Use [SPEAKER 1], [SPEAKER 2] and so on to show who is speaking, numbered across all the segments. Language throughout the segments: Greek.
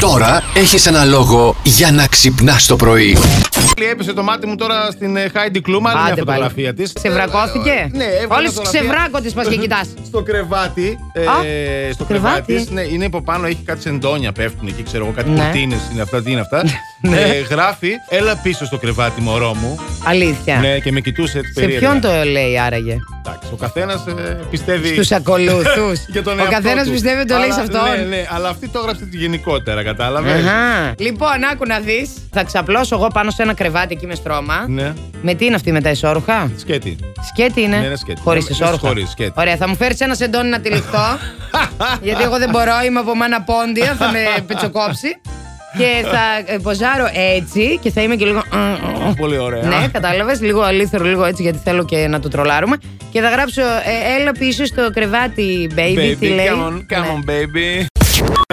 [SPEAKER 1] Τώρα έχεις ένα λόγο για να ξυπνάς το πρωί.
[SPEAKER 2] Έπεσε το μάτι μου τώρα στην ε, Χάιντι Κλούμα, άλλη μια
[SPEAKER 3] Άντε πάλι.
[SPEAKER 2] φωτογραφία της.
[SPEAKER 3] Ξεβρακώθηκε.
[SPEAKER 2] Ναι, έβγαλε
[SPEAKER 3] Όλες
[SPEAKER 2] φωτογραφία.
[SPEAKER 3] ξεβράκονται πα και κοιτάς.
[SPEAKER 2] Στο κρεβάτι. Ε,
[SPEAKER 3] Α,
[SPEAKER 2] στο
[SPEAKER 3] κρεβάτι.
[SPEAKER 2] κρεβάτι. της, Ναι, είναι από πάνω, έχει κάτι σεντόνια πέφτουν εκεί, ξέρω εγώ, κάτι
[SPEAKER 3] Ναι.
[SPEAKER 2] κουρτίνε είναι αυτά, τι είναι αυτά.
[SPEAKER 3] Ναι.
[SPEAKER 2] ε, γράφει, έλα πίσω στο κρεβάτι, μωρό μου.
[SPEAKER 3] Αλήθεια.
[SPEAKER 2] Ναι, και με κοιτούσε έτσι
[SPEAKER 3] Σε
[SPEAKER 2] περίεργα.
[SPEAKER 3] ποιον το λέει άραγε.
[SPEAKER 2] Εντάξει, ο καθένας πιστεύει.
[SPEAKER 3] Στους ακολουθού.
[SPEAKER 2] για τον
[SPEAKER 3] Ο
[SPEAKER 2] εαυτό
[SPEAKER 3] καθένας
[SPEAKER 2] του.
[SPEAKER 3] πιστεύει ότι το λέει σε
[SPEAKER 2] Αλλά-
[SPEAKER 3] αυτόν.
[SPEAKER 2] Ναι, ναι, αλλά αυτή το έγραψε τη γενικότερα, κατάλαβες.
[SPEAKER 3] Αχα. Λοιπόν, άκου να δεις. Θα ξαπλώσω εγώ πάνω σε ένα κρεβάτι εκεί με στρώμα.
[SPEAKER 2] Ναι,
[SPEAKER 3] Με τι είναι αυτή μετά, ισόρουχα.
[SPEAKER 2] σκέτη.
[SPEAKER 3] Σκέτη είναι.
[SPEAKER 2] Ναι, είναι σκέτη.
[SPEAKER 3] Χωρίς
[SPEAKER 2] Ναι,
[SPEAKER 3] ισόρουχα.
[SPEAKER 2] χωρίς σκέτη.
[SPEAKER 3] Ωραία, θα μου φέρεις ένα σεντόνι να τυλιχτώ. γιατί εγώ δεν μπορώ, είμαι από μάνα πόντια, θα με πετσοκόψει. Και θα ε, ποζάρω έτσι και θα είμαι και λίγο.
[SPEAKER 2] Πολύ ωραία.
[SPEAKER 3] Ναι, κατάλαβες. Λίγο αλήθερο, λίγο έτσι, γιατί θέλω και να το τρολάρουμε. Και θα γράψω ε, Έλα πίσω στο κρεβάτι, baby. τι λέει.
[SPEAKER 2] come on, come
[SPEAKER 3] Ναι.
[SPEAKER 2] on, baby.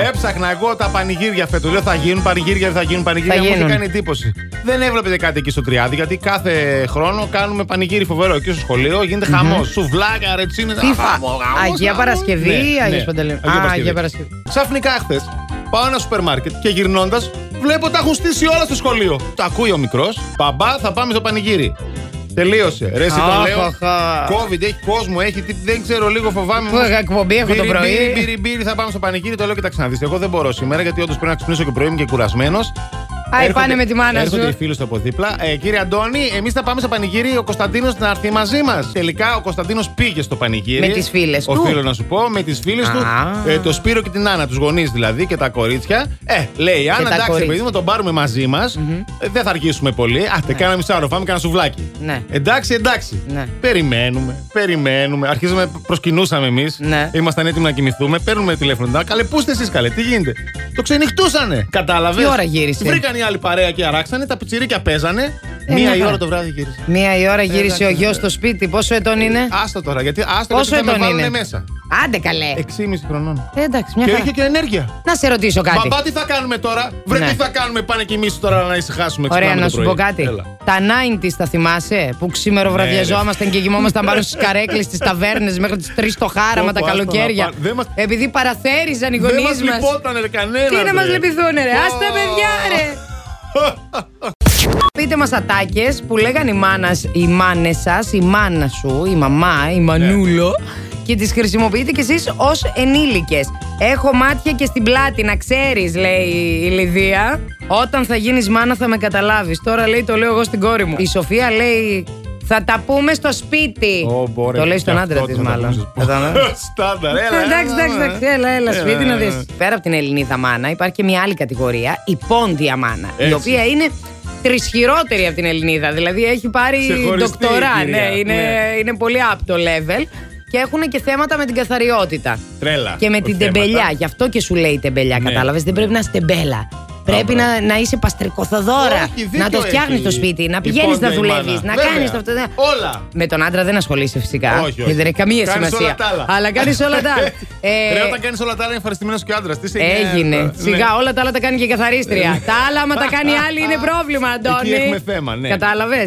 [SPEAKER 2] Έψαχνα εγώ τα πανηγύρια φέτος. Λέω θα γίνουν πανηγύρια, δεν θα γίνουν πανηγύρια.
[SPEAKER 3] Θα
[SPEAKER 2] Μου είχε
[SPEAKER 3] γίνουν.
[SPEAKER 2] κάνει εντύπωση. Δεν έβλεπε κάτι εκεί στο τριάδι, γιατί κάθε χρόνο κάνουμε πανηγύρι φοβερό. Εκεί στο σχολείο γίνεται χαμός. Σουβλάκια, ρετσίνε.
[SPEAKER 3] Τι φα- Αγία Παρασκευή
[SPEAKER 2] Ναι,
[SPEAKER 3] ή Άγιος Παντελήμων? Α, Αγία Παρασκευή.
[SPEAKER 2] Ξαφνικά χθες πάω ένα σούπερ μάρκετ και γυρνώντας βλέπω τα έχουν στήσει όλα στο σχολείο. Τα ακούει ο μικρός. Παμπά, θα πάμε στο πανηγύρι. Τελείωσε. Ρε, εσύ το
[SPEAKER 3] Αχ,
[SPEAKER 2] λέω.
[SPEAKER 3] αχ, αχ.
[SPEAKER 2] COVID, έχει κόσμο, έχει. τι- Δεν ξέρω, λίγο φοβάμαι.
[SPEAKER 3] Πού, εκπομπή έχω το
[SPEAKER 2] Μπύρι,
[SPEAKER 3] πρωί.
[SPEAKER 2] μπύρι, μπύρι, μπύρι, θα πάμε στο πανηγύρι, το λέω και τα ξαναδεί. Εγώ δεν μπορώ σήμερα γιατί όντως πρέπει να ξυπνήσω και πρωί μου και κουρασμένος.
[SPEAKER 3] Άι, πάνε με τη μάνα
[SPEAKER 2] έρχονται
[SPEAKER 3] σου.
[SPEAKER 2] οι φίλοι του από δίπλα. Ε, κύριε Αντώνη, εμείς θα πάμε στο πανηγύρι. Ο Κωνσταντίνος να έρθει μαζί μας. Τελικά ο Κωνσταντίνος πήγε στο πανηγύρι.
[SPEAKER 3] Με τις φίλες
[SPEAKER 2] Ο
[SPEAKER 3] του.
[SPEAKER 2] φίλο να σου πω, με τις φίλες του.
[SPEAKER 3] Α.
[SPEAKER 2] Ε, το Σπύρο και την Άννα, τους γονείς δηλαδή και τα κορίτσια. Ε, λέει η Άννα,
[SPEAKER 3] τα
[SPEAKER 2] εντάξει,
[SPEAKER 3] κορίτσια.
[SPEAKER 2] παιδί μου, τον πάρουμε μαζί μας. Ε, δεν θα αργήσουμε πολύ. Α, τε κάναμε μισάωρο, φάμε κανένα σουβλάκι.
[SPEAKER 3] Ναι.
[SPEAKER 2] Εντάξει, εντάξει.
[SPEAKER 3] Ναι.
[SPEAKER 2] Περιμένουμε, περιμένουμε. Αρχίζουμε, προσκυνούσαμε εμείς.
[SPEAKER 3] Ναι.
[SPEAKER 2] Ήμασταν έτοιμοι να κοιμηθούμε. Παίρνουμε τηλέφωνο. Τα- Καλέ, πού είστε εσείς, καλέ, τι γίνεται. Το ξενυχτούσανε. Κατάλαβες.
[SPEAKER 3] Τι ώρα γύρισε?
[SPEAKER 2] Βρήκαν οι άλλοι παρέα και αράξανε. Τα πιτσιρίκια παίζανε.
[SPEAKER 3] Ε,
[SPEAKER 2] Μία
[SPEAKER 3] ναι,
[SPEAKER 2] η
[SPEAKER 3] ναι.
[SPEAKER 2] ώρα το βράδυ γύρισε.
[SPEAKER 3] Μία η ώρα γύρισε
[SPEAKER 2] εντάξει,
[SPEAKER 3] ο
[SPEAKER 2] ναι.
[SPEAKER 3] γιος στο σπίτι. Πόσο ετών είναι.
[SPEAKER 2] Άστα τώρα, γιατί άστα
[SPEAKER 3] Πόσο
[SPEAKER 2] γιατί θα με
[SPEAKER 3] ετών
[SPEAKER 2] βάλουνε
[SPEAKER 3] είναι.
[SPEAKER 2] μέσα.
[SPEAKER 3] Άντε καλέ.
[SPEAKER 2] 6,5 χρονών.
[SPEAKER 3] Ε, εντάξει, μια
[SPEAKER 2] Και
[SPEAKER 3] χαρά.
[SPEAKER 2] είχε και ενέργεια.
[SPEAKER 3] Να σε ρωτήσω κάτι.
[SPEAKER 2] Μπαμπά, τι θα κάνουμε τώρα. Βρε,
[SPEAKER 3] Ναι.
[SPEAKER 2] τι θα κάνουμε. Πάνε και εμείς τώρα να ησυχάσουμε.
[SPEAKER 3] Ωραία,
[SPEAKER 2] ξυπνάμε
[SPEAKER 3] να
[SPEAKER 2] το
[SPEAKER 3] σου πω
[SPEAKER 2] πρωί.
[SPEAKER 3] κάτι.
[SPEAKER 2] Έλα. Ναι,
[SPEAKER 3] Τα 90 τα θυμάσαι που ξήμερο βραδιαζόμασταν και γυμόμασταν πάνω στις καρέκλες, στις ταβέρνες μέχρι τις 3 το
[SPEAKER 2] Πω,
[SPEAKER 3] χάραμα, τα
[SPEAKER 2] πω, άστο να
[SPEAKER 3] καλοκαίρια.
[SPEAKER 2] πά- δεν μας-
[SPEAKER 3] Επειδή παραθέριζαν οι
[SPEAKER 2] Δεν
[SPEAKER 3] γονείς
[SPEAKER 2] μας
[SPEAKER 3] μας.
[SPEAKER 2] λυπότανε ρε, κανένα.
[SPEAKER 3] Τι να μας
[SPEAKER 2] ρε.
[SPEAKER 3] λυπηθούνε, ρε.
[SPEAKER 2] Πω.
[SPEAKER 3] Άστα παιδιά, ρε. Πείτε μας ατάκες που λέγαν οι μάνας, οι μάνες σας, η μάνα σου, η μαμά, η
[SPEAKER 2] Ναι.
[SPEAKER 3] μανούλο. Και τις χρησιμοποιείτε κι εσείς ως ενήλικες. Έχω μάτια και στην πλάτη, να ξέρεις, λέει η Λιδία. Όταν θα γίνεις μάνα θα με καταλάβεις. Τώρα λέει το λέω εγώ στην κόρη μου. Η Σοφία λέει. Θα τα πούμε στο σπίτι.
[SPEAKER 2] Ω, μπόρε,
[SPEAKER 3] το λέει
[SPEAKER 2] και
[SPEAKER 3] στον
[SPEAKER 2] αυτό
[SPEAKER 3] άντρα
[SPEAKER 2] το
[SPEAKER 3] της,
[SPEAKER 2] θα τα πούμε
[SPEAKER 3] μάλλον.
[SPEAKER 2] στο σπίτι.
[SPEAKER 3] Κατάλαβες?
[SPEAKER 2] Στάνταρ, έλα.
[SPEAKER 3] Ε, Εντάξει,
[SPEAKER 2] έλα,
[SPEAKER 3] εντάξει,
[SPEAKER 2] έλα.
[SPEAKER 3] εντάξει. Έλα, έλα, σπίτι
[SPEAKER 2] έλα,
[SPEAKER 3] να δει.
[SPEAKER 2] έλα.
[SPEAKER 3] Πέρα από την Ελληνίδα μάνα, υπάρχει και μια άλλη κατηγορία, η πόντια μάνα. Η
[SPEAKER 2] Έτσι.
[SPEAKER 3] οποία είναι τρισχυρότερη από την Ελληνίδα. Δηλαδή έχει πάρει
[SPEAKER 2] Ξεχωριστή η
[SPEAKER 3] ντοκτορά.
[SPEAKER 2] κυρία,
[SPEAKER 3] Ναι, είναι,
[SPEAKER 2] ναι.
[SPEAKER 3] είναι πολύ up το level. Και έχουν και θέματα με την καθαριότητα.
[SPEAKER 2] Τρέλα.
[SPEAKER 3] Και με
[SPEAKER 2] Όχι
[SPEAKER 3] την
[SPEAKER 2] θέματα.
[SPEAKER 3] τεμπελιά. Γι' αυτό και σου λέει τεμπελιά,
[SPEAKER 2] Ναι,
[SPEAKER 3] κατάλαβες. Δεν
[SPEAKER 2] ναι.
[SPEAKER 3] πρέπει να είσαι τεμπέλα. Πρέπει να, να είσαι παστρικοθοδόρα.
[SPEAKER 2] Όχι, δίκιο
[SPEAKER 3] Να το φτιάχνει
[SPEAKER 2] έχει
[SPEAKER 3] το σπίτι,
[SPEAKER 2] η
[SPEAKER 3] να πηγαίνει
[SPEAKER 2] πόντια
[SPEAKER 3] να
[SPEAKER 2] η
[SPEAKER 3] δουλεύει,
[SPEAKER 2] μάνα.
[SPEAKER 3] να
[SPEAKER 2] Βέβαια.
[SPEAKER 3] κάνεις αυτό. ναι. να-
[SPEAKER 2] Όλα.
[SPEAKER 3] με τον άντρα δεν ασχολείσαι φυσικά.
[SPEAKER 2] Όχι, όχι.
[SPEAKER 3] Γιατί δεν έχει καμία
[SPEAKER 2] Κάνεις
[SPEAKER 3] σημασία.
[SPEAKER 2] όλα τα άλλα.
[SPEAKER 3] Αλλά κάνεις όλα τα άλλα. Ε,
[SPEAKER 2] Ρε, όταν κάνεις όλα τα άλλα, είναι ευχαριστημένος και ο άντρας. Τι σε Ναι. νοιάζει,
[SPEAKER 3] Έγινε.
[SPEAKER 2] τώρα.
[SPEAKER 3] Σιγά όλα τα άλλα τα κάνει και η καθαρίστρια. τα άλλα, άμα τα κάνει η άλλη, είναι πρόβλημα, Αντώνη.
[SPEAKER 2] Ε, ναι. έχουμε θέμα, ναι.
[SPEAKER 3] Κατάλαβε.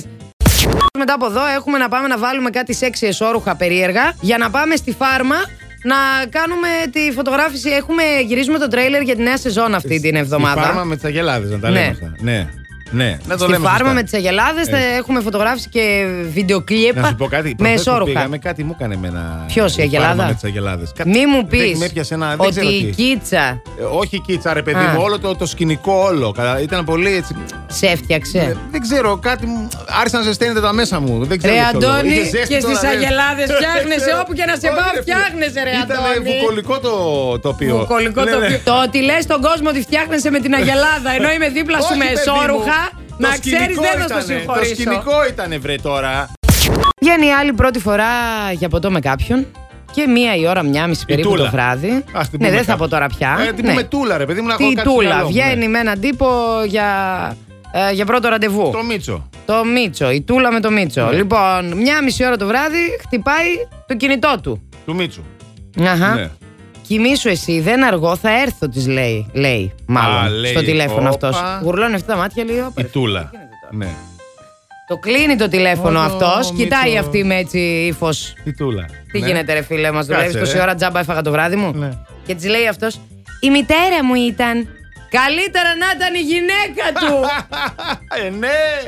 [SPEAKER 3] Μετά από εδώ έχουμε να πάμε να βάλουμε κάτι σεξι εσόρουχα περίεργα για να πάμε στη φάρμα να κάνουμε τη φωτογράφηση. Έχουμε, γυρίζουμε το τρέιλερ για τη νέα σεζόν αυτή την εβδομάδα.
[SPEAKER 2] Ε, Στη φάρμα με τις αγελάδες, να τα
[SPEAKER 3] Ναι.
[SPEAKER 2] λέμε αυτά. Ναι. Ναι, να το
[SPEAKER 3] Στη
[SPEAKER 2] λέμε.
[SPEAKER 3] φάρμα
[SPEAKER 2] σωστά.
[SPEAKER 3] με τις αγελάδες θα
[SPEAKER 2] Έτσι.
[SPEAKER 3] έχουμε φωτογράφηση και βιντεοκλίπ
[SPEAKER 2] Να σου πω κάτι.
[SPEAKER 3] με
[SPEAKER 2] προχθές που
[SPEAKER 3] εσόρουχα.
[SPEAKER 2] Πήγαμε, κάτι μου έκανε εμένα.
[SPEAKER 3] Ποιος, η Αγελάδα?
[SPEAKER 2] φάρμα Με τις αγελάδες.
[SPEAKER 3] Μη μου πει
[SPEAKER 2] Δεν, με έπιασε ένα. Δεν
[SPEAKER 3] ότι
[SPEAKER 2] ξέρω
[SPEAKER 3] η
[SPEAKER 2] τι.
[SPEAKER 3] κίτσα
[SPEAKER 2] Ε, όχι κίτσα, ρε παιδί
[SPEAKER 3] Α.
[SPEAKER 2] μου, όλο το, το σκηνικό όλο. Καλά, Ήταν πολύ έτσι.
[SPEAKER 3] σε έφτιαξε.
[SPEAKER 2] Ε, Δεν ξέρω, κάτι μου. Άρχισε να ζεσταίνεται τα μέσα μου. Δεν ξέρω.
[SPEAKER 3] Ρε
[SPEAKER 2] για ποιο λόγο.
[SPEAKER 3] Αντώνη
[SPEAKER 2] Είχε ζέστη
[SPEAKER 3] και στις
[SPEAKER 2] τώρα, ναι. ρε.
[SPEAKER 3] αγελάδες φτιάχνεσαι όπου και να σε
[SPEAKER 2] Όχι,
[SPEAKER 3] πάω
[SPEAKER 2] ρε,
[SPEAKER 3] φτιάχνεσαι ρε
[SPEAKER 2] Ήταν
[SPEAKER 3] Αντώνη.
[SPEAKER 2] βουκολικό το τοπίο.
[SPEAKER 3] Βουκολικό
[SPEAKER 2] Ναι,
[SPEAKER 3] το
[SPEAKER 2] ναι.
[SPEAKER 3] πιο- Το ότι λες στον κόσμο ότι φτιάχνεσαι με την αγελάδα ενώ είμαι δίπλα σου
[SPEAKER 2] Ε. Όχι,
[SPEAKER 3] με
[SPEAKER 2] παιδί
[SPEAKER 3] εσόρουχα
[SPEAKER 2] μου,
[SPEAKER 3] να
[SPEAKER 2] το
[SPEAKER 3] ξέρεις
[SPEAKER 2] σκηνικό
[SPEAKER 3] δεν θα
[SPEAKER 2] ήτανε,
[SPEAKER 3] στο
[SPEAKER 2] Το
[SPEAKER 3] συγχωρήσω.
[SPEAKER 2] σκηνικό ήταν βρε τώρα.
[SPEAKER 3] Βγαίνει η άλλη πρώτη φορά για ποτό με κάποιον και μία η ώρα, μία μισή περίπου το
[SPEAKER 2] Τούλα.
[SPEAKER 3] βράδυ.
[SPEAKER 2] Ας την
[SPEAKER 3] Ναι,
[SPEAKER 2] πούμε
[SPEAKER 3] δεν θα
[SPEAKER 2] κάπου.
[SPEAKER 3] πω τώρα πια.
[SPEAKER 2] Ε, την
[SPEAKER 3] Ναι.
[SPEAKER 2] πούμε τούλα, ρε παιδί μου, να έχω
[SPEAKER 3] Τι
[SPEAKER 2] κάτι στο
[SPEAKER 3] τούλα,
[SPEAKER 2] μυαλό μου, ναι.
[SPEAKER 3] βγαίνει με έναν τύπο για, ε, για πρώτο ραντεβού.
[SPEAKER 2] Το Ναι. Μίτσο.
[SPEAKER 3] Το Μίτσο, η Τούλα με το Μίτσο. Λοιπόν, μία μισή ώρα το βράδυ χτυπάει το κινητό του.
[SPEAKER 2] Του Μίτσου.
[SPEAKER 3] Αχα.
[SPEAKER 2] Ναι.
[SPEAKER 3] Κοιμήσου εσύ, δεν αργώ, θα έρθω, της λέει. Λέει, μάλλον.
[SPEAKER 2] Α, λέει,
[SPEAKER 3] στο τηλέφωνο
[SPEAKER 2] όπα. Ε,
[SPEAKER 3] αυτός. Γουρλώνει αυτά τα μάτια, λέει. όπα,
[SPEAKER 2] Η
[SPEAKER 3] ρε.
[SPEAKER 2] τούλα. Ναι.
[SPEAKER 3] Το κλείνει το τηλέφωνο
[SPEAKER 2] Ω,
[SPEAKER 3] αυτός,
[SPEAKER 2] Μίτσο.
[SPEAKER 3] κοιτάει αυτή με έτσι ύφος.
[SPEAKER 2] Η τούλα.
[SPEAKER 3] Τι
[SPEAKER 2] Ναι.
[SPEAKER 3] γίνεται, ρε φίλε, μας δουλεύεις
[SPEAKER 2] Κάτσε,
[SPEAKER 3] 20
[SPEAKER 2] ρε.
[SPEAKER 3] ώρα τζάμπα, έφαγα το βράδυ μου.
[SPEAKER 2] Ναι.
[SPEAKER 3] Και της λέει αυτός, Η μητέρα μου ήταν. Καλύτερα να ήταν η γυναίκα του.
[SPEAKER 2] Ε, ναι.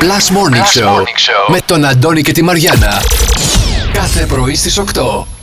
[SPEAKER 1] Plus Morning, Show, με τον Αντώνη και τη Μαριάνα. Κάθε πρωί στις 8.